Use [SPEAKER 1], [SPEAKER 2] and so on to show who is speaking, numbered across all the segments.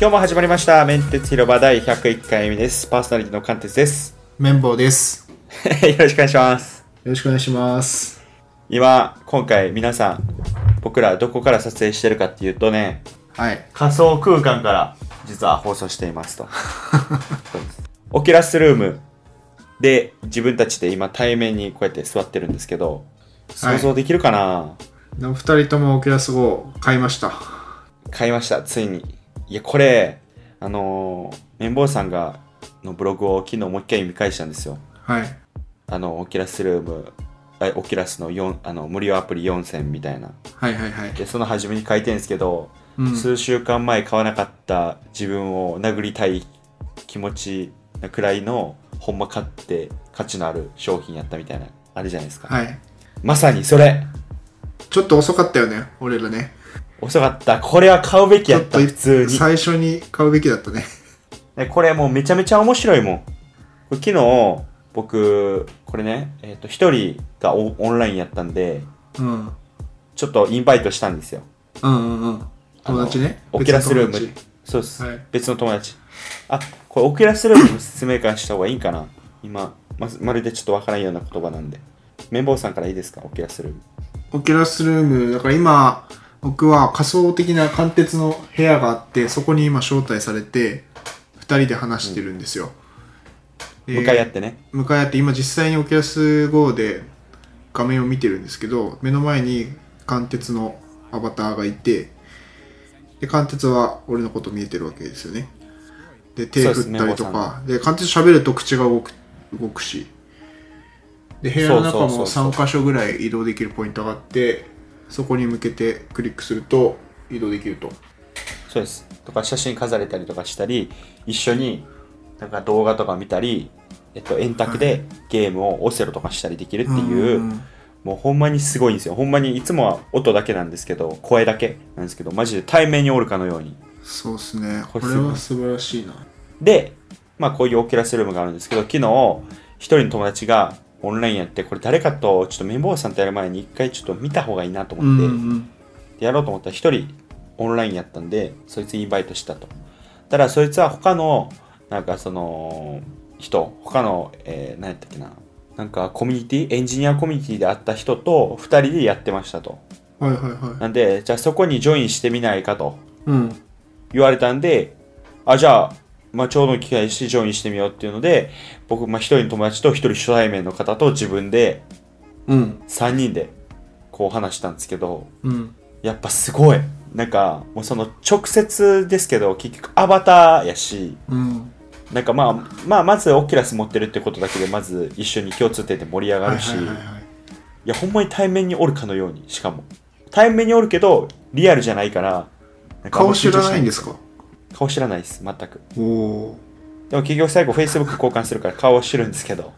[SPEAKER 1] 今日も始まりました。メンテツ広場第101回目です。パーソナリティの貫徹です。
[SPEAKER 2] 綿棒です。よ
[SPEAKER 1] よろしくお願いします。
[SPEAKER 2] ろしくお願いします。
[SPEAKER 1] 今、今回皆さん、僕らどこから撮影してるかっていうとね、
[SPEAKER 2] はい。
[SPEAKER 1] 仮想空間から実は放送していますと。オキュラスルームで自分たちで今対面にこうやって座ってるんですけど、想像できるかな、
[SPEAKER 2] でも二人ともオキュラスを買いました。
[SPEAKER 1] 買いました、ついに。いや、これ、あのー、綿棒さんが、のブログを昨日もう一回見返したんですよ。
[SPEAKER 2] はい。
[SPEAKER 1] あの、オキュラスルーム、あオキュラスの4あの無料アプリ4選みたいな。
[SPEAKER 2] はいはいはい。
[SPEAKER 1] で、その初めに書いてるんですけど、
[SPEAKER 2] うん。
[SPEAKER 1] 数週間前買わなかった自分を殴りたい気持ちなくらいの、ほんま買って価値のある商品やったみたいな、あれじゃないですか。
[SPEAKER 2] はい。
[SPEAKER 1] まさにそれ
[SPEAKER 2] ちょっと遅かったよね、俺らね。
[SPEAKER 1] 遅かった。これは買うべき
[SPEAKER 2] ち
[SPEAKER 1] や
[SPEAKER 2] ょ
[SPEAKER 1] っ
[SPEAKER 2] っと
[SPEAKER 1] た、普通に。
[SPEAKER 2] 最初に買うべきだったね。
[SPEAKER 1] でこれもうめちゃめちゃ面白いもん。これ昨日、僕、これね、えっ、と、一人がオオンラインやったんで、
[SPEAKER 2] うん。
[SPEAKER 1] ちょっとインバイトしたんですよ。
[SPEAKER 2] うんうんうん。友達ね。
[SPEAKER 1] あのオキュラスルーム
[SPEAKER 2] 別の友達
[SPEAKER 1] そうです、
[SPEAKER 2] はい
[SPEAKER 1] 別の友達あこれオキュラスルームの説明会した方がいいんかな今まずまるでちょっとわからんような言葉なんで綿棒さんからいいですかオキュラスルーム
[SPEAKER 2] オキュラスルーム、だから今、僕は仮想的な貫徹の部屋があって、そこに今招待されて、二人で話してるんですよ。で
[SPEAKER 1] 向かい合ってね
[SPEAKER 2] 向かい合って今実際にオキュラス GO で画面を見てるんですけど目の前に貫徹のアバターがいてで貫徹は俺のこと見えてるわけですよねで手
[SPEAKER 1] そうです
[SPEAKER 2] 振ったりと
[SPEAKER 1] メモさ
[SPEAKER 2] かで貫徹喋ると口が動く動くしで部屋の
[SPEAKER 1] そ
[SPEAKER 2] 中
[SPEAKER 1] うそう
[SPEAKER 2] も
[SPEAKER 1] そうそう
[SPEAKER 2] 3箇所ぐらい移動できるポイントがあってそこに向けてクリックすると移動できると
[SPEAKER 1] そうですとか写真飾れたりとかしたり一緒になんか動画とか見たりえっと円卓でゲームをオセロとかしたりできるっていう、
[SPEAKER 2] ん
[SPEAKER 1] もうほんまにすごいんですよほんまにいつもは音だけなんですけど声だけなんですけどマジで対面におるかのように
[SPEAKER 2] そうですね
[SPEAKER 1] こ
[SPEAKER 2] こ
[SPEAKER 1] れ
[SPEAKER 2] れ
[SPEAKER 1] すごい
[SPEAKER 2] は素晴らしいな
[SPEAKER 1] で、まあ、こういうオキュラスルームがあるんですけど、昨日、一人の友達がオンラインやって、これ誰かと、ちょっと綿棒さんとやる前に一回ちょっと見た方がいいなと思って、
[SPEAKER 2] ん
[SPEAKER 1] でやろうと思ったら一人オンラインやったんで、そいつインバイトしたと。ただ、そいつは他の、なんかその、人、他の、えー何やったっけな、なんかコミュニティ、エンジニアコミュニティで会った人と二人でやってましたと。
[SPEAKER 2] はいはいはい
[SPEAKER 1] なんで、じゃあそこにジョインしてみないかと。
[SPEAKER 2] うん
[SPEAKER 1] 言われたんで、あ、じゃあ、まあ、ちょうど機会してジョインしてみようっていうので、僕、まあ、一人の友達と一人初対面の方と自分で
[SPEAKER 2] うん
[SPEAKER 1] 3人でこう話したんですけど、
[SPEAKER 2] うん
[SPEAKER 1] やっぱすごい。なんか、もうその直接ですけど、結局アバターやし、
[SPEAKER 2] うん
[SPEAKER 1] なんかまあ、まあ、まずオキュラス持ってるってことだけで、まず一緒に共通点で盛り上がるし、
[SPEAKER 2] はいいはいはいはい、
[SPEAKER 1] や、ほんまに対面におるかのように、しかも。対面におるけど、リアルじゃないから、なんかあん
[SPEAKER 2] 顔
[SPEAKER 1] ま
[SPEAKER 2] 知
[SPEAKER 1] 緊
[SPEAKER 2] ら
[SPEAKER 1] 張し
[SPEAKER 2] ないんですか
[SPEAKER 1] 顔知らないです、全く。
[SPEAKER 2] おお
[SPEAKER 1] でも結局最後 Facebook 交換するから顔を知るんですけど。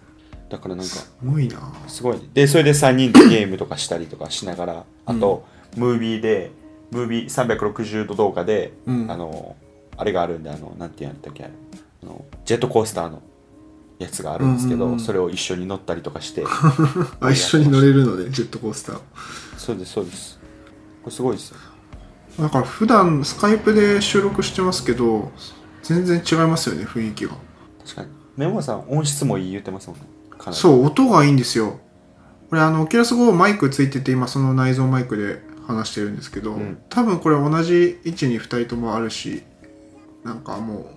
[SPEAKER 1] だからなんか、
[SPEAKER 2] すごいな
[SPEAKER 1] すごい、ね。で、それで3人でゲームとかしたりとかしながら、あと、ムービーで、ムービー360度動画で、
[SPEAKER 2] うん
[SPEAKER 1] あの、あれがあるんで、あの、なんていうんだっけ、あれあの、ジェットコースターのやつがあるんですけど、
[SPEAKER 2] うんうんうん
[SPEAKER 1] それを一緒に乗ったりとか して、
[SPEAKER 2] あ一緒に乗れるのでジェットコースター
[SPEAKER 1] そうです、そうです。これすごいですよ。
[SPEAKER 2] だから普段スカイプで収録してますけど全然違いますよね雰囲気が
[SPEAKER 1] 確かに。メモさん、音質もいい言ってますもんね。かなり
[SPEAKER 2] そう音がいいんですよこれあのオキュラス GO マイクついてて今その内蔵マイクで話してるんですけど、
[SPEAKER 1] うん
[SPEAKER 2] 多分これ同じ位置に2人ともあるしなんかも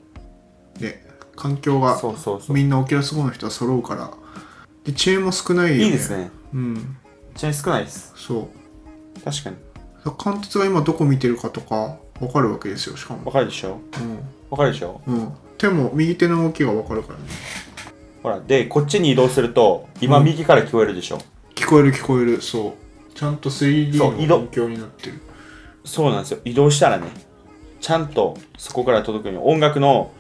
[SPEAKER 2] うね環境が
[SPEAKER 1] そうそうそう。
[SPEAKER 2] みんなオキュラス GO の人は揃うからで遅延も少ないよね
[SPEAKER 1] いいですね。
[SPEAKER 2] うん
[SPEAKER 1] ちなみに少ないです。
[SPEAKER 2] そう
[SPEAKER 1] 確かに。
[SPEAKER 2] 貫徹が今どこ見てるかとか分かるわけですよしかも
[SPEAKER 1] わ、かるでしょわかるでしょ
[SPEAKER 2] うんうん、手も右手の動きが分かるからね
[SPEAKER 1] ほら、で、こっちに移動すると、今
[SPEAKER 2] うん
[SPEAKER 1] 右から聞こえるでしょ。
[SPEAKER 2] 聞こえる聞こえるそうちゃんと 3D
[SPEAKER 1] そう移
[SPEAKER 2] の
[SPEAKER 1] 動
[SPEAKER 2] 音響になってる
[SPEAKER 1] そうなんですよ。移動したらね、ちゃんとそこから届くように、音楽の、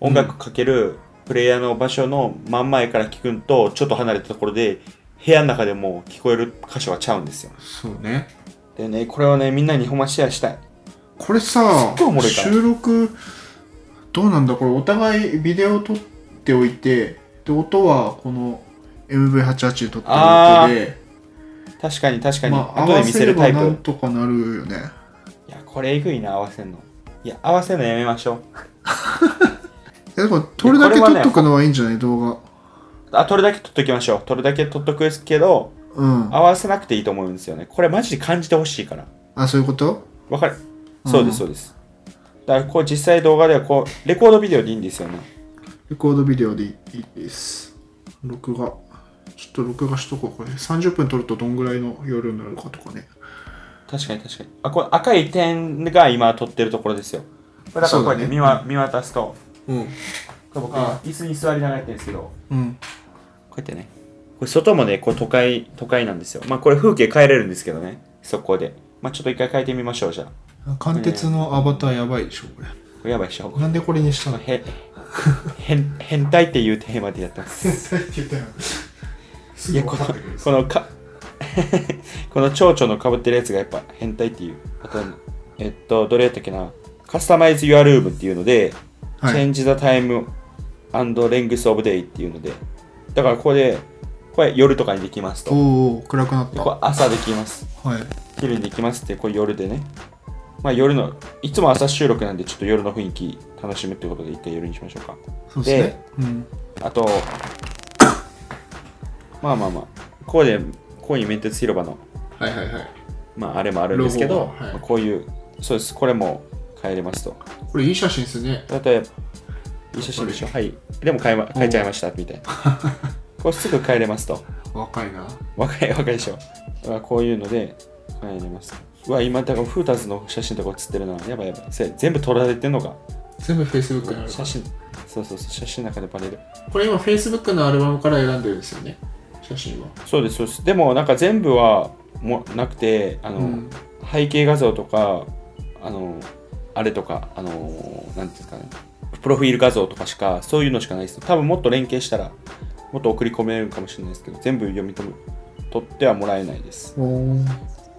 [SPEAKER 1] 音楽かけるプレイヤーの場所の真ん前から聞くんと、ちょっと離れたところで、部屋の中でも聞こえる箇所はちゃうんですよ。
[SPEAKER 2] そうね
[SPEAKER 1] でね、これはね、みんなにほんまシェアしたい。
[SPEAKER 2] これさ
[SPEAKER 1] すっごいおもろいから
[SPEAKER 2] 収録どうなんだこれお互いビデオ撮っておいてで音はこの MV88 で撮ってる
[SPEAKER 1] あ
[SPEAKER 2] 音で、
[SPEAKER 1] 確かに確かに、
[SPEAKER 2] まあ、
[SPEAKER 1] 後
[SPEAKER 2] 合
[SPEAKER 1] で
[SPEAKER 2] わ
[SPEAKER 1] 見
[SPEAKER 2] せ
[SPEAKER 1] せ
[SPEAKER 2] れ
[SPEAKER 1] るタ
[SPEAKER 2] ば
[SPEAKER 1] イプ。
[SPEAKER 2] なんとかなるよね
[SPEAKER 1] いや、これえぐいな、合わせんの。いや、合わせるのやめましょう。
[SPEAKER 2] えでも撮るだけ
[SPEAKER 1] これは
[SPEAKER 2] 撮
[SPEAKER 1] ね
[SPEAKER 2] っとくのはいいんじゃない動画
[SPEAKER 1] あ、撮るだけ撮っときましょう。撮るだけ撮っとくですけど、
[SPEAKER 2] うん
[SPEAKER 1] 合わせなくていいと思うんですよね。これマジで感じてほしいから。
[SPEAKER 2] あそういうこと
[SPEAKER 1] わかる
[SPEAKER 2] うん
[SPEAKER 1] そうです、そうです。だから、こう実際動画では、こう、レコードビデオでいいんですよね。
[SPEAKER 2] レコードビデオでいいです録画ちょっと録画しとこうこれ30分撮るとどんぐらいの容量になるかとかね
[SPEAKER 1] 確かに確かに。あ、これ赤い点が今撮ってるところですよ。これだからこうやって
[SPEAKER 2] そうだね
[SPEAKER 1] 見,、わ見渡すと、
[SPEAKER 2] うん
[SPEAKER 1] これ僕今椅子に座りながらやってるんですけど、
[SPEAKER 2] うん
[SPEAKER 1] こうやってね。これ外もね、こう都会、都会なんですよ。まあこれ風景変えれるんですけどね、そこで。まあちょっと一回変えてみましょう、じゃあ。
[SPEAKER 2] 貫徹のアバターやばいでしょこれ
[SPEAKER 1] これやばいっしょ。
[SPEAKER 2] なんでこれにしたの
[SPEAKER 1] へ変変態っていうテーマでやってます。
[SPEAKER 2] 態って言ったよす
[SPEAKER 1] いや、この、このか、 この蝶々の被ってるやつがやっぱ変態っていう。あと、えっと、どれやったっけな。カスタマイズ・ユア・ルームっていうので、
[SPEAKER 2] はい
[SPEAKER 1] Change the Time and Length of Day っていうので、だからここで、これ夜とかにできますと。
[SPEAKER 2] おお暗くなっ
[SPEAKER 1] で
[SPEAKER 2] た
[SPEAKER 1] これ朝できます。
[SPEAKER 2] はい
[SPEAKER 1] 昼にできますって、これ夜でね。まあ夜の、いつも朝収録なんで、ちょっと夜の雰囲気楽しむってことで、一回夜にしましょうか。
[SPEAKER 2] そうですねうん
[SPEAKER 1] あと、まあまあまあ、ここで、こういうメンテツ広場の、
[SPEAKER 2] はいはいはい
[SPEAKER 1] まあ、あれもあるんですけ
[SPEAKER 2] ロ
[SPEAKER 1] ど、
[SPEAKER 2] ゴははい
[SPEAKER 1] まあこういう、そうです、これも変えれますと。
[SPEAKER 2] これいい写真ですね
[SPEAKER 1] 例えば、いい写真でしょ、はい、でも変え,、ま、変えちゃいました、みた いな。これすぐ変えれますと。
[SPEAKER 2] 若いな
[SPEAKER 1] 若い、若いでしょ。だからこういうので変えれます。うわ、今、だからフーターズの写真とか写ってるな。やばいやばい。せ全部撮られてんのか。
[SPEAKER 2] 全部 Facebook にある
[SPEAKER 1] 写真、そうそうそう、写真の中でバレる。
[SPEAKER 2] これ今 Facebook のアルバムから選んでるんですよね写真は
[SPEAKER 1] そうです、そうです。でも、なんか全部はもなくて、あの、
[SPEAKER 2] うん
[SPEAKER 1] 背景画像とかあのあれとかあのなんていうんですかねプロフィール画像とかしかそういうのしかないです多分もっと連携したらもっと送り込めるかもしれないですけど全部読み取る取ってはもらえないです
[SPEAKER 2] おー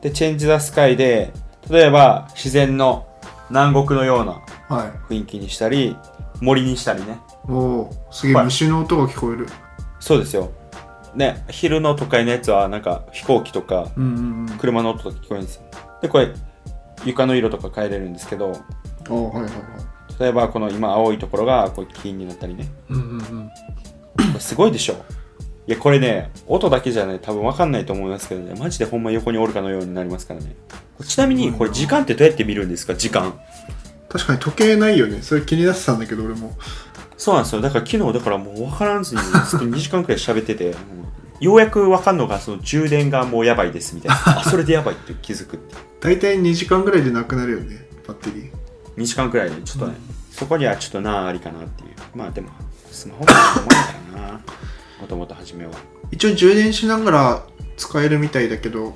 [SPEAKER 1] で「チェンジ・ザ・スカイで」例えば自然の南国のような
[SPEAKER 2] は
[SPEAKER 1] 雰囲気にしたり森にしたりね
[SPEAKER 2] いおおすげえ
[SPEAKER 1] はい
[SPEAKER 2] 虫の音が聞こえる
[SPEAKER 1] そうですよね昼の都会のやつはなんか飛行機とか
[SPEAKER 2] うんうんうん
[SPEAKER 1] 車の音とか聞こえるんですよでこれ床の色とか変えれるんですけど
[SPEAKER 2] ああはいはいはい
[SPEAKER 1] 例えばこの今青いところがこう金になったりね
[SPEAKER 2] うんうんうん
[SPEAKER 1] これすごいでしょいやこれね音だけじゃね多分分かんないと思いますけどねマジでほんま横におるかのようになりますからねちなみにこれ時間ってどうやって見るんですか時間
[SPEAKER 2] 確かに時計ないよねそれ気になってたんだけど俺も
[SPEAKER 1] そうなんですよだから昨日だからもう分からんずにずっと2時間くらい喋っててようやく分かんのがその充電がもうやばいですみたい なあそれでやばいって気づくって
[SPEAKER 2] 大体2時間ぐらいでなくなるよねバッテリー
[SPEAKER 1] 2時間くらいでちょっとね、そこにはちょっとなあありかなっていうまあでもスマホが重いからなもともと初めは
[SPEAKER 2] 一応充電しながら使えるみたいだけど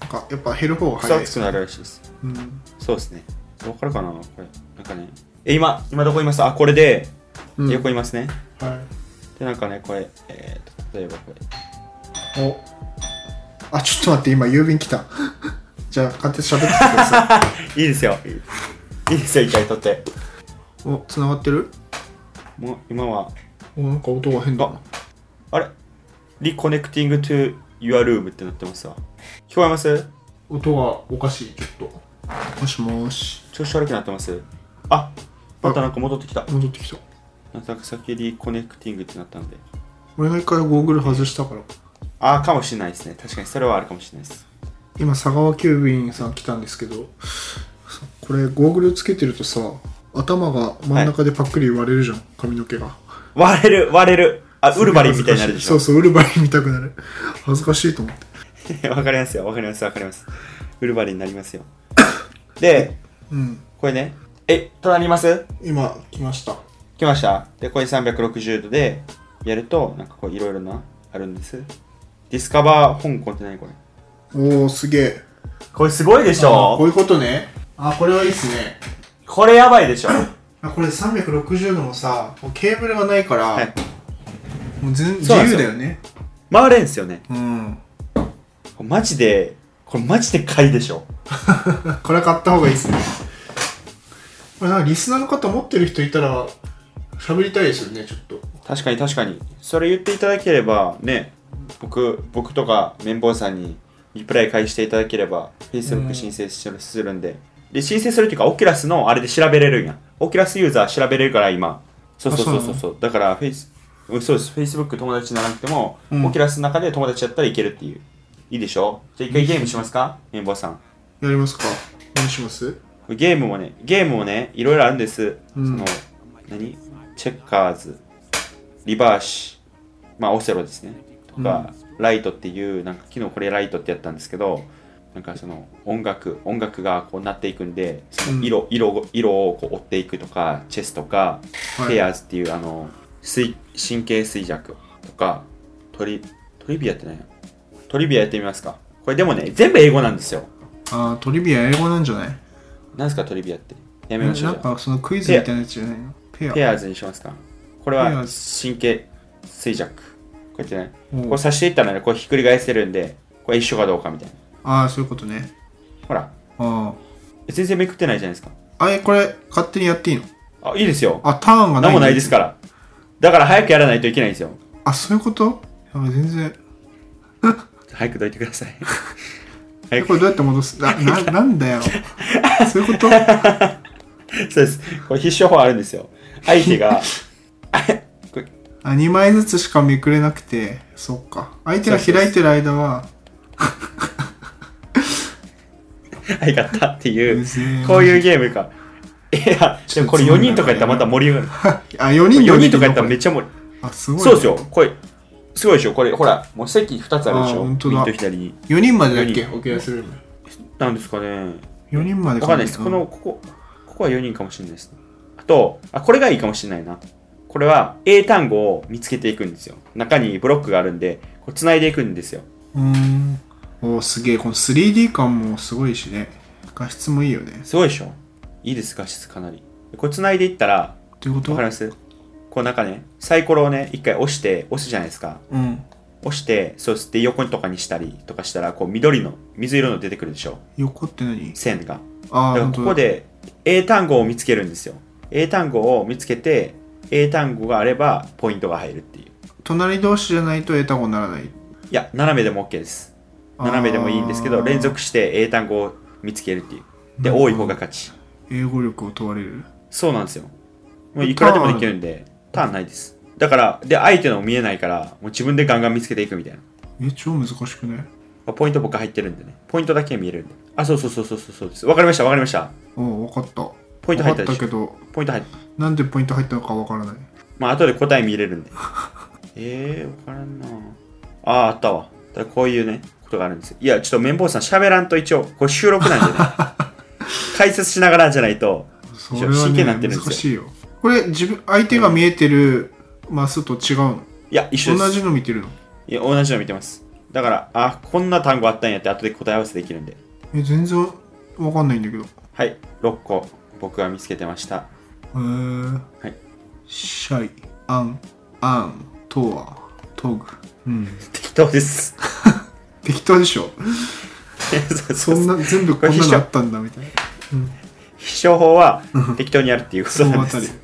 [SPEAKER 2] なんかやっぱ減る方が早い
[SPEAKER 1] 熱くなるらしいです
[SPEAKER 2] うん
[SPEAKER 1] そうですね。わかるかなこれ。なんかね。え、今、今どこいますあ、これで、
[SPEAKER 2] うん
[SPEAKER 1] 横いますね。
[SPEAKER 2] はい
[SPEAKER 1] で、なんかね、これ、えーと、例えばこれ。
[SPEAKER 2] おあちょっと待って今郵便来た じゃあ勝手に喋っててくださ
[SPEAKER 1] いいですよ。いいですよ、一回撮って。
[SPEAKER 2] い お繋がってる
[SPEAKER 1] もう、今は、
[SPEAKER 2] おなんか音が変だな
[SPEAKER 1] あれ ?reconnecting to your room ってなってますわ。聞こえます
[SPEAKER 2] 音がおかしいちょっともしもし
[SPEAKER 1] 調子悪くなってますあ、またなんか戻ってきた。
[SPEAKER 2] 戻ってきた
[SPEAKER 1] なんかさっき reconnecting ってなったんで。
[SPEAKER 2] 俺が一回ゴーグル外したから
[SPEAKER 1] あー、かもしれないですね。確かにそれはあるかもしれないです。
[SPEAKER 2] 今佐川急便さん来たんですけどさこれゴーグルつけてるとさ頭が真ん中でパックリ割れるじゃん、髪の毛が
[SPEAKER 1] 割れる、割れる。あ、ウルバリンみたいになるでしょ
[SPEAKER 2] そうそうウルバリンみたくなる恥ずかしいと思っ て
[SPEAKER 1] わかりますよ、わかります、わかります。ウルバリンになりますよ。 で、
[SPEAKER 2] うん
[SPEAKER 1] これね、え、隣にいます
[SPEAKER 2] 今来ました
[SPEAKER 1] 来ましたで、これ360度でやると、なんかこういろいろな、あるんです。ディスカバー香港って何これ
[SPEAKER 2] おおすげえ
[SPEAKER 1] これすごいでし
[SPEAKER 2] あこう
[SPEAKER 1] ょ
[SPEAKER 2] いうことねあこれはいいっすね
[SPEAKER 1] これやばいでし ょ
[SPEAKER 2] あこれ360度もさもうケーブルがないから、
[SPEAKER 1] はい
[SPEAKER 2] もう全自
[SPEAKER 1] そうなんです
[SPEAKER 2] 由
[SPEAKER 1] よ
[SPEAKER 2] だよね
[SPEAKER 1] 回れんすよね。
[SPEAKER 2] うん
[SPEAKER 1] マジで、これマジで買いでしょ
[SPEAKER 2] これ買った方がいいですねこれなんかリスナーの方持ってる人いたら喋りたいですよねちょっと
[SPEAKER 1] 確かに確かに。それ言っていただければ、ね、僕、僕とか綿棒さんにリプライ返していただければ、
[SPEAKER 2] うん
[SPEAKER 1] Facebook 申請するんで、で、申請するっていうか、オキュラスのあれで調べれるんや。オキュラスユーザー調べれるから、今。そうそうそうそう。
[SPEAKER 2] あ
[SPEAKER 1] そうだから、フェイス、うんそうです。Facebook 友達にならなくても、
[SPEAKER 2] うん
[SPEAKER 1] オキュラスの中で友達やったらいけるっていう。いいでしょじゃあ一回ゲームしますかメンバーさん。
[SPEAKER 2] やりますか何します
[SPEAKER 1] ゲームもね、ゲームもね、いろいろあるんです。
[SPEAKER 2] うん
[SPEAKER 1] その、何チェッカーズ、リバーシ、まあオセロですね。とか、ライトっていう、なんか昨日これライトってやったんですけど、なんかその音楽、音楽がこうなっていくんで、その色、色を色をこう追っていくとか、チェスとか、
[SPEAKER 2] はい
[SPEAKER 1] ペアーズっていうあの、水神経衰弱とか、トリ、トリビアってね、トリビアやってみますか。これでもね、全部英語なんですよ。
[SPEAKER 2] あートリビア英語なんじゃない
[SPEAKER 1] なんですかトリビアって。やめましょ
[SPEAKER 2] な
[SPEAKER 1] うんじゃあ
[SPEAKER 2] かそのクイズみたいなやつじゃないのペア
[SPEAKER 1] ペアーズにしますかこれは
[SPEAKER 2] ペアー
[SPEAKER 1] 神経衰弱。こうやってね、
[SPEAKER 2] うん
[SPEAKER 1] こう差していったらね、こうひっくり返せるんで、これ一緒かどうかみたいな。
[SPEAKER 2] ああそういうことね
[SPEAKER 1] ほら、
[SPEAKER 2] あ
[SPEAKER 1] 全然めくってないじゃないですか。
[SPEAKER 2] ああれこれ勝手にやっていいの
[SPEAKER 1] あ、いいですよ。
[SPEAKER 2] あターンがない
[SPEAKER 1] 何もないですから。だから早くやらないといけないんですよ。
[SPEAKER 2] あそういうことあ全然
[SPEAKER 1] 早くどいてくださ い。
[SPEAKER 2] え
[SPEAKER 1] え
[SPEAKER 2] これどうやって戻 すなななんだよそういうこと
[SPEAKER 1] そうです。これ必勝法あるんですよ。相手 が、あこれ
[SPEAKER 2] あ2枚ずつしかめくれなくてそっか相手が開いてる間は
[SPEAKER 1] あいがったっていう
[SPEAKER 2] うぜえ、
[SPEAKER 1] こういうゲームか。いや、でもこれ4人とかやったらまた盛り上がる。
[SPEAKER 2] あ4人
[SPEAKER 1] 4人とかやったらめっ
[SPEAKER 2] ち
[SPEAKER 1] ちゃ盛り
[SPEAKER 2] ゃあすごいね、
[SPEAKER 1] そうですよ、これ、すごいでしょ、これ、ほら、もう席2つあるでし
[SPEAKER 2] あー
[SPEAKER 1] ょ、
[SPEAKER 2] 本当だ
[SPEAKER 1] 右と左に。
[SPEAKER 2] 4人までだっけ
[SPEAKER 1] 四人
[SPEAKER 2] オキュラスルーム
[SPEAKER 1] なんですかね。
[SPEAKER 2] 4人まで
[SPEAKER 1] わかんないです。この、ここ、ここは4人かもしれないですね。あと、あ、これがいいかもしれないな。これは、英単語を見つけていくんですよ。中にブロックがあるんで、こう繋いでいくんですよ。
[SPEAKER 2] うーんおーすげえこの 3D 感もすごいしね画質もいいよね
[SPEAKER 1] すごいでしょいいです、画質かなり。これ繋いでいったら、
[SPEAKER 2] ということ
[SPEAKER 1] わかりますこうなんかね、サイコロをね、一回押して、押すじゃないですか。
[SPEAKER 2] うん
[SPEAKER 1] 押して、そうして横とかにしたりとかしたら、こう緑の、水色の出てくるでしょ
[SPEAKER 2] 横って何
[SPEAKER 1] 線が。
[SPEAKER 2] あ
[SPEAKER 1] だか
[SPEAKER 2] あ
[SPEAKER 1] らここで英単語を見つけるんですよ英単語を見つけて英単語があればポイントが入るっていうい
[SPEAKER 2] 隣同士じゃないと英単語にならない
[SPEAKER 1] や斜めでも OK です斜めでもいいんですけ
[SPEAKER 2] あ
[SPEAKER 1] ど
[SPEAKER 2] ー
[SPEAKER 1] 連続して英単語を見つけるっていうで
[SPEAKER 2] なるほど
[SPEAKER 1] 多い方が勝ち
[SPEAKER 2] 英語力を問われる
[SPEAKER 1] そうなんですよもういくらでもできるんでターンないですだからで相手の見えないからもう自分でガンガン見つけていくみたいな
[SPEAKER 2] え超難しくね
[SPEAKER 1] まあポイント僕入ってるんでねポイントだけ見えるんであそうそうそうそうそうそうですわかりましたわかりました
[SPEAKER 2] おお分かった
[SPEAKER 1] ポイント入った
[SPEAKER 2] 分か
[SPEAKER 1] で
[SPEAKER 2] った
[SPEAKER 1] し
[SPEAKER 2] け
[SPEAKER 1] ょ
[SPEAKER 2] ど
[SPEAKER 1] ポイント入っ
[SPEAKER 2] なんでポイント入ったのか分からない
[SPEAKER 1] まあ後で答え見れるんで ええー、分からんなあああったわただこういうねことがあるんですよいやちょっと綿棒さん喋らんと一応これ収録なんでね 解説しながらじゃないと
[SPEAKER 2] それは、ね、
[SPEAKER 1] 真剣になってるんですよ
[SPEAKER 2] 難しいよこれ自分相手が見えてるマスと違うの
[SPEAKER 1] いや一緒です
[SPEAKER 2] 同じの見てるの
[SPEAKER 1] いや同じの見てますだからあこんな単語あったんやって後で答え合わせできるんで
[SPEAKER 2] え全然分かんないんだけどへ
[SPEAKER 1] はい6個僕が見つけてました
[SPEAKER 2] えー、
[SPEAKER 1] はい
[SPEAKER 2] シャイアンアントワトグうん
[SPEAKER 1] 適当です
[SPEAKER 2] 適当でしょ
[SPEAKER 1] そう
[SPEAKER 2] そ
[SPEAKER 1] そうん
[SPEAKER 2] な全部こんなのあったんだみたいな
[SPEAKER 1] 必勝法は適当にやるっていうこと
[SPEAKER 2] そ
[SPEAKER 1] なん
[SPEAKER 2] のあ
[SPEAKER 1] で
[SPEAKER 2] たり
[SPEAKER 1] す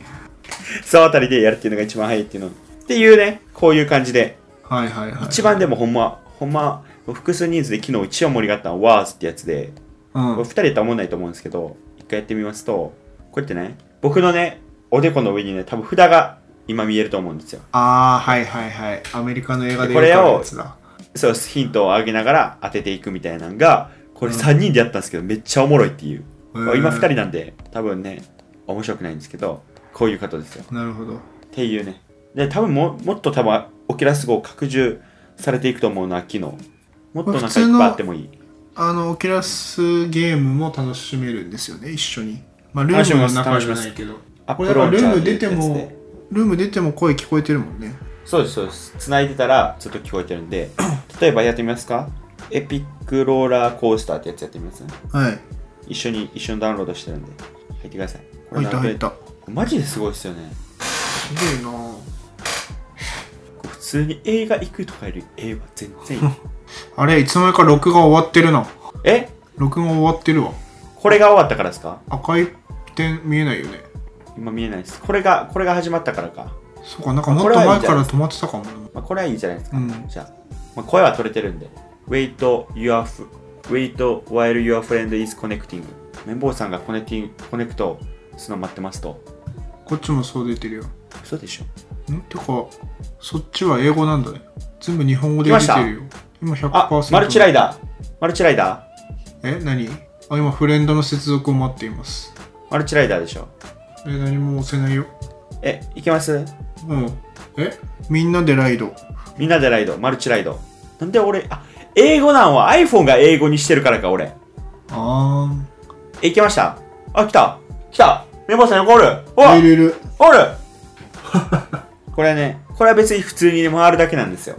[SPEAKER 1] そうあたりでやるっていうのが一番早いっていうのっていうねこういう感じで
[SPEAKER 2] はいはいはい
[SPEAKER 1] 一番でもほんま、ほんま、複数人数で昨日一番盛り上がったのはワーズってやつで、
[SPEAKER 2] うん
[SPEAKER 1] 2人やったら思んないと思うんですけど、一回やってみますと、こうやってね、僕のね、おでこの上にね、多分札が今見えると思うんですよ。
[SPEAKER 2] ああはいはいはいアメリカの映画で
[SPEAKER 1] これを
[SPEAKER 2] よくあるやつだ
[SPEAKER 1] そうです、ヒントを上げながら当てていくみたいなのが、これ3人でやったんですけど、めっちゃおもろいっていう。
[SPEAKER 2] へー
[SPEAKER 1] 今2人なんで、多分ね、面白くないんですけど、こういう方ですよ。
[SPEAKER 2] なるほど
[SPEAKER 1] っていうね。で、多分ももっと多分、オキュラス号拡充されていくと思うな、昨日。もっとなんかいっぱいあってもいい。
[SPEAKER 2] あのオキュラスゲームも楽しめるんですよね一緒にまあル
[SPEAKER 1] 楽し
[SPEAKER 2] ー
[SPEAKER 1] め
[SPEAKER 2] ムの
[SPEAKER 1] ます
[SPEAKER 2] 中じゃないけど
[SPEAKER 1] ア
[SPEAKER 2] これだからルーム出て
[SPEAKER 1] プロンチャーっていうやつ
[SPEAKER 2] も
[SPEAKER 1] で
[SPEAKER 2] ルーム出ても声聞こえてるもんね
[SPEAKER 1] そうですそうです繋いでたらちょっと聞こえてるん で例えばやってみますかエピックローラーコースターってやつやってみます
[SPEAKER 2] はい
[SPEAKER 1] 一緒に一緒にダウンロードしてるんで入ってくださいこ
[SPEAKER 2] 入った
[SPEAKER 1] なんで
[SPEAKER 2] 入った
[SPEAKER 1] マジですごいですよね
[SPEAKER 2] すげえな
[SPEAKER 1] こう普通に映画行くとかより映画全然 いい
[SPEAKER 2] あれいつの間にか録画終わってるな
[SPEAKER 1] え
[SPEAKER 2] 録画終わってるわ
[SPEAKER 1] これが終わったからですか
[SPEAKER 2] 赤い点見えないよね
[SPEAKER 1] 今見えないですこれがこれが始まったからか、
[SPEAKER 2] そうかなんかもっ
[SPEAKER 1] ことれはいい
[SPEAKER 2] 前
[SPEAKER 1] んじゃ
[SPEAKER 2] か
[SPEAKER 1] ない
[SPEAKER 2] ら止まってたかも
[SPEAKER 1] まあ、これはいいじゃないですか、
[SPEAKER 2] うん
[SPEAKER 1] じゃあ、まあ、声は取れてるんで Wait your f- Wait while your friend is connecting 綿棒さんがコネティコネクトするの待ってますと
[SPEAKER 2] こっちもそう出てるよ。
[SPEAKER 1] 嘘でしょ
[SPEAKER 2] んてか、そっちは英語なんだね。全部日本語で出てるよ。今100%
[SPEAKER 1] あマルチライダーマルチライダ
[SPEAKER 2] え何あ、今フレンドの接続を待っています。
[SPEAKER 1] ーマルチライダーでしょ
[SPEAKER 2] え、何も押せないよ。
[SPEAKER 1] えいけます
[SPEAKER 2] もう、えみんなでライド。
[SPEAKER 1] みんなでライドマルチライドなんで俺あ英語なんは iPhone が英語にしてるからか俺
[SPEAKER 2] あ
[SPEAKER 1] えいけましたあ来た来た綿棒さん横おるお
[SPEAKER 2] ー。い
[SPEAKER 1] る
[SPEAKER 2] るいる。
[SPEAKER 1] おる これはねこれは別に普通に回るだけなんですよ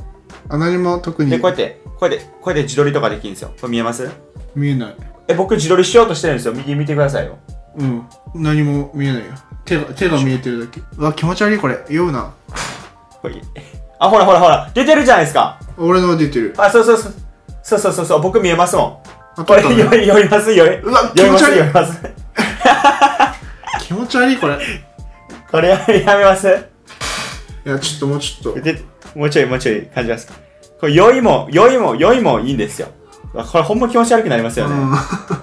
[SPEAKER 2] あ、何も特
[SPEAKER 1] で
[SPEAKER 2] に
[SPEAKER 1] こうやってこうやってこうやって自撮りとかできるんですよこれ見えます
[SPEAKER 2] 見えない。
[SPEAKER 1] え僕自撮りしようとしてるんですよ右見てくださいよ
[SPEAKER 2] うん。何も見えないよ。手が、手が見えてるだけ。うわ、気持ち悪いこれ。酔うな。
[SPEAKER 1] ほいあほらほらほら出てるじゃないですか
[SPEAKER 2] 俺のは出てる。
[SPEAKER 1] あそうそうそうそうそうそうそう僕見えますも
[SPEAKER 2] あ、
[SPEAKER 1] んこ
[SPEAKER 2] 取
[SPEAKER 1] れ
[SPEAKER 2] ったね
[SPEAKER 1] 酔い酔います酔いう
[SPEAKER 2] わ
[SPEAKER 1] 酔います
[SPEAKER 2] 気持ち悪い
[SPEAKER 1] 酔います
[SPEAKER 2] 気持ち悪いこれ。い
[SPEAKER 1] これはやめます
[SPEAKER 2] や、ちょっともうちょっと。
[SPEAKER 1] でもうちょいもうちょい感じますこれ酔いも酔いも酔いもいいんですよあこれほんま気持ち悪くなりますよね、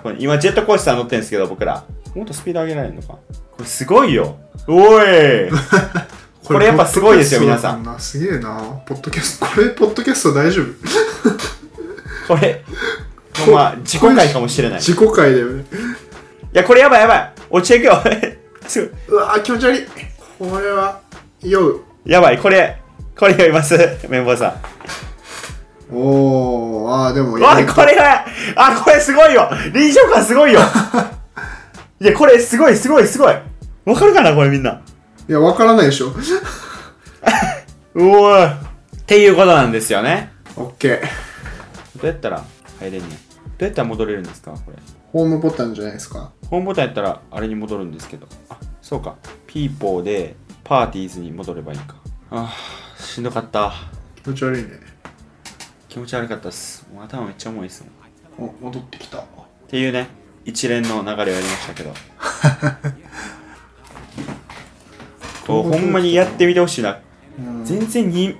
[SPEAKER 1] これ今ジェットコースター乗ってるんですけど僕らもっとスピード上げられるのかこれすごいよおいこれやっぱすごいですよ皆さん
[SPEAKER 2] ん。すげえな。ポッドキャスト、これ、ポッドキャスト大丈夫
[SPEAKER 1] これまあ自己回かもしれないい
[SPEAKER 2] 自己回だよね。
[SPEAKER 1] やこれやばいやばい落ちていくよ すごいう
[SPEAKER 2] わ、気持ち悪い。これは、酔う。
[SPEAKER 1] やばいこれこれ酔います綿棒さん
[SPEAKER 2] おー、あー、でも
[SPEAKER 1] わ
[SPEAKER 2] や
[SPEAKER 1] あ
[SPEAKER 2] る
[SPEAKER 1] これがあこれすごいよ臨場感すごい よいやこれすごいすごいすごいわかるかなこれみんない
[SPEAKER 2] や、わからないでしょ。
[SPEAKER 1] うおいっていうことなんですよね
[SPEAKER 2] オッケー。
[SPEAKER 1] どうやったら入れんねんどうやったら戻れるんですかこれ
[SPEAKER 2] ホームボタンじゃないですか。
[SPEAKER 1] ホームボタンやったらあれに戻るんですけどあそうかピーポーでパーティーズに戻ればいいかあーしんどかった
[SPEAKER 2] 気持ち悪いね。
[SPEAKER 1] 気持ち悪かったっすもう頭めっちゃ重いっすもんっ
[SPEAKER 2] お、戻ってきた。
[SPEAKER 1] ていうね一連の流れをやりました けどこうほんまにやってみてほしいな
[SPEAKER 2] うん
[SPEAKER 1] 全然に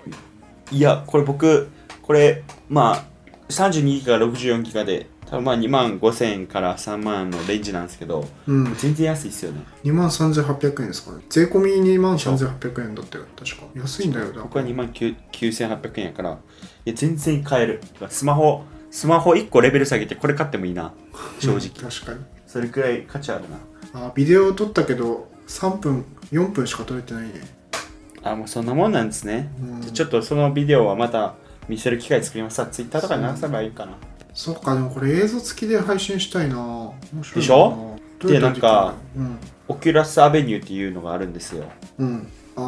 [SPEAKER 1] いやこれ僕これまあ32ギガ64ギガで多分まあ2万5000円から3万のレンジなんですけど
[SPEAKER 2] うん。
[SPEAKER 1] 全然安いっすよね
[SPEAKER 2] 2万3800円ですかね。税込み2万3800円だったよ、確か。安いんだよな。
[SPEAKER 1] 僕は2万9800円やからいや全然買えるスマホスマホ1個レベル下げてこれ買ってもいいな正 直
[SPEAKER 2] うん確かに。
[SPEAKER 1] それくらい価値あるな
[SPEAKER 2] あ、ビデオ撮ったけど、3分、4分しか撮れてないね。
[SPEAKER 1] あもうそんなもんなんですね
[SPEAKER 2] うん
[SPEAKER 1] じゃあちょっとそのビデオはまた見せる機会作りますさツイッターとかに流せばいいかな
[SPEAKER 2] そっか、でもこれ映像付きで配信したいな面白い
[SPEAKER 1] でしょ
[SPEAKER 2] どう
[SPEAKER 1] で
[SPEAKER 2] やって
[SPEAKER 1] なんか
[SPEAKER 2] できるの
[SPEAKER 1] オキュラスアベニューっていうのがあるんですよ
[SPEAKER 2] うん。うん。あー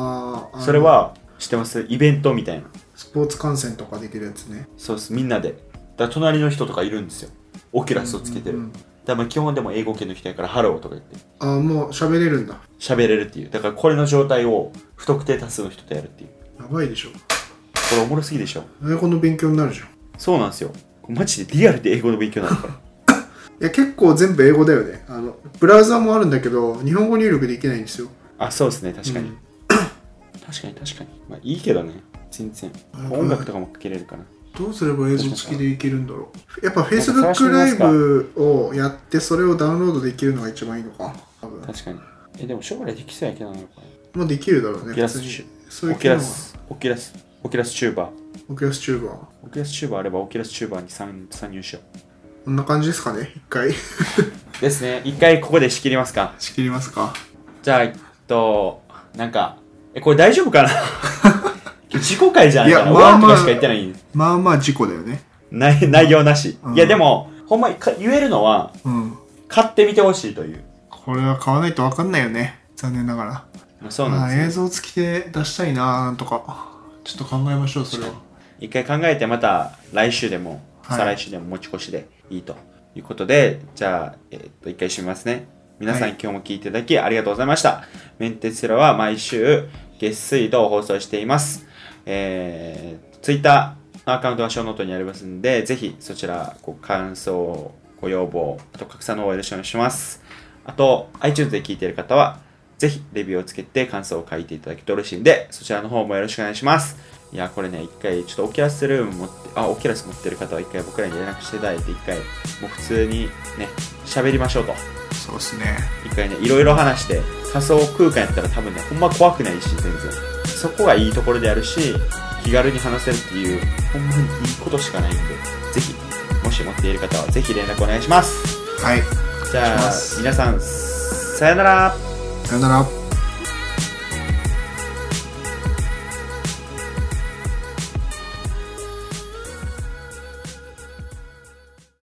[SPEAKER 2] あの
[SPEAKER 1] それは知ってますイベントみたいな
[SPEAKER 2] スポーツ観戦とかできるやつね。
[SPEAKER 1] そうですみんなでだから隣の人とかいるんですよオキュラスをつけてる、
[SPEAKER 2] うんうんうん
[SPEAKER 1] だからまあ基本でも英語系の人やからハローとか言って
[SPEAKER 2] あーもう喋れるんだ。
[SPEAKER 1] 喋れるっていうだからこれの状態を不特定多数の人とやるっていう
[SPEAKER 2] やばいでしょ。
[SPEAKER 1] これおもろすぎでしょ
[SPEAKER 2] 英語の勉強になるじゃん。
[SPEAKER 1] そうなんですよこれマジでリアルで英語の勉強になるから
[SPEAKER 2] いや、結構全部英語だよね。あの、ブラウザもあるんだけど、日本語入力できないんですよ。
[SPEAKER 1] あそうですね確かに、
[SPEAKER 2] うん
[SPEAKER 1] 確かに確かにまあいいけどね全然
[SPEAKER 2] うん
[SPEAKER 1] 音楽とかもかけれるから
[SPEAKER 2] どうすれば映像付きでいけるんだろうやっぱ
[SPEAKER 1] なんか探して
[SPEAKER 2] Facebook
[SPEAKER 1] みま
[SPEAKER 2] ライ
[SPEAKER 1] すか
[SPEAKER 2] ブをやってそれをダウンロードできるのが一番いいのか多分
[SPEAKER 1] 確かにえでも将来できそうやけどなのかな
[SPEAKER 2] まあできるだろうね
[SPEAKER 1] オキュ
[SPEAKER 2] 普
[SPEAKER 1] ラス
[SPEAKER 2] 通に
[SPEAKER 1] チュ
[SPEAKER 2] そういう
[SPEAKER 1] オ
[SPEAKER 2] 機
[SPEAKER 1] キ
[SPEAKER 2] 能
[SPEAKER 1] ュ
[SPEAKER 2] は
[SPEAKER 1] ラスオキュラスオキュラスチューバー
[SPEAKER 2] オキュラスチューバー
[SPEAKER 1] オキュラスチューバーあればオキュラスチューバーに参参入しよう
[SPEAKER 2] こんな感じですかね一回
[SPEAKER 1] ですね一回ここで仕切りますか
[SPEAKER 2] 仕切りますか
[SPEAKER 1] じゃあえっとなんかえこれ大丈夫 かな自己回じゃないかない
[SPEAKER 2] やま
[SPEAKER 1] わ
[SPEAKER 2] あ
[SPEAKER 1] ーと
[SPEAKER 2] ま
[SPEAKER 1] か
[SPEAKER 2] あ
[SPEAKER 1] しか言ってない
[SPEAKER 2] まあまあ事故だよね
[SPEAKER 1] 内内容なし、
[SPEAKER 2] うん
[SPEAKER 1] いやでもほんまにか言えるのは
[SPEAKER 2] うん
[SPEAKER 1] 買ってみてほしいという
[SPEAKER 2] これは買わないと分かんないよね残念ながら
[SPEAKER 1] まあそう
[SPEAKER 2] ま
[SPEAKER 1] なん
[SPEAKER 2] あ
[SPEAKER 1] です、ね
[SPEAKER 2] 映像付きで出したいななんとかちょっと考えましょうそれは
[SPEAKER 1] 一回考えてまた来週でも、
[SPEAKER 2] はい
[SPEAKER 1] 再来週でも持ち越しでいいということでじゃあ、えっと一回締めますね皆さん、
[SPEAKER 2] はい
[SPEAKER 1] 今日も聞いていただきありがとうございましたメンテスラは毎週月水土を放送していますえー、Twitter のアカウントはショーノートにありますのでぜひそちらご感想ご要望あと拡散の方よろしくお願いしますあと iTunes で聞いている方はぜひレビューをつけて感想を書いていただけると嬉しいんで、そちらの方もよろしくお願いします。いや、これね、一回、ちょっとオキュラスルーム持って、あ、オキュラス持ってる方は一回僕らに連絡していただいて、一回、もう普通にね、喋りましょうと。
[SPEAKER 2] そうですね
[SPEAKER 1] 一回ねいろいろ話して仮想空間やったら多分ねほんま怖くないし全然そこがいいところであるし気軽に話せるっていうほんまにいいことしかないんでぜひもし持っている方はぜひ連絡お願いします
[SPEAKER 2] はい
[SPEAKER 1] じゃ
[SPEAKER 2] お願いしま
[SPEAKER 1] あ
[SPEAKER 2] す
[SPEAKER 1] 皆さんさよなら
[SPEAKER 2] さよなら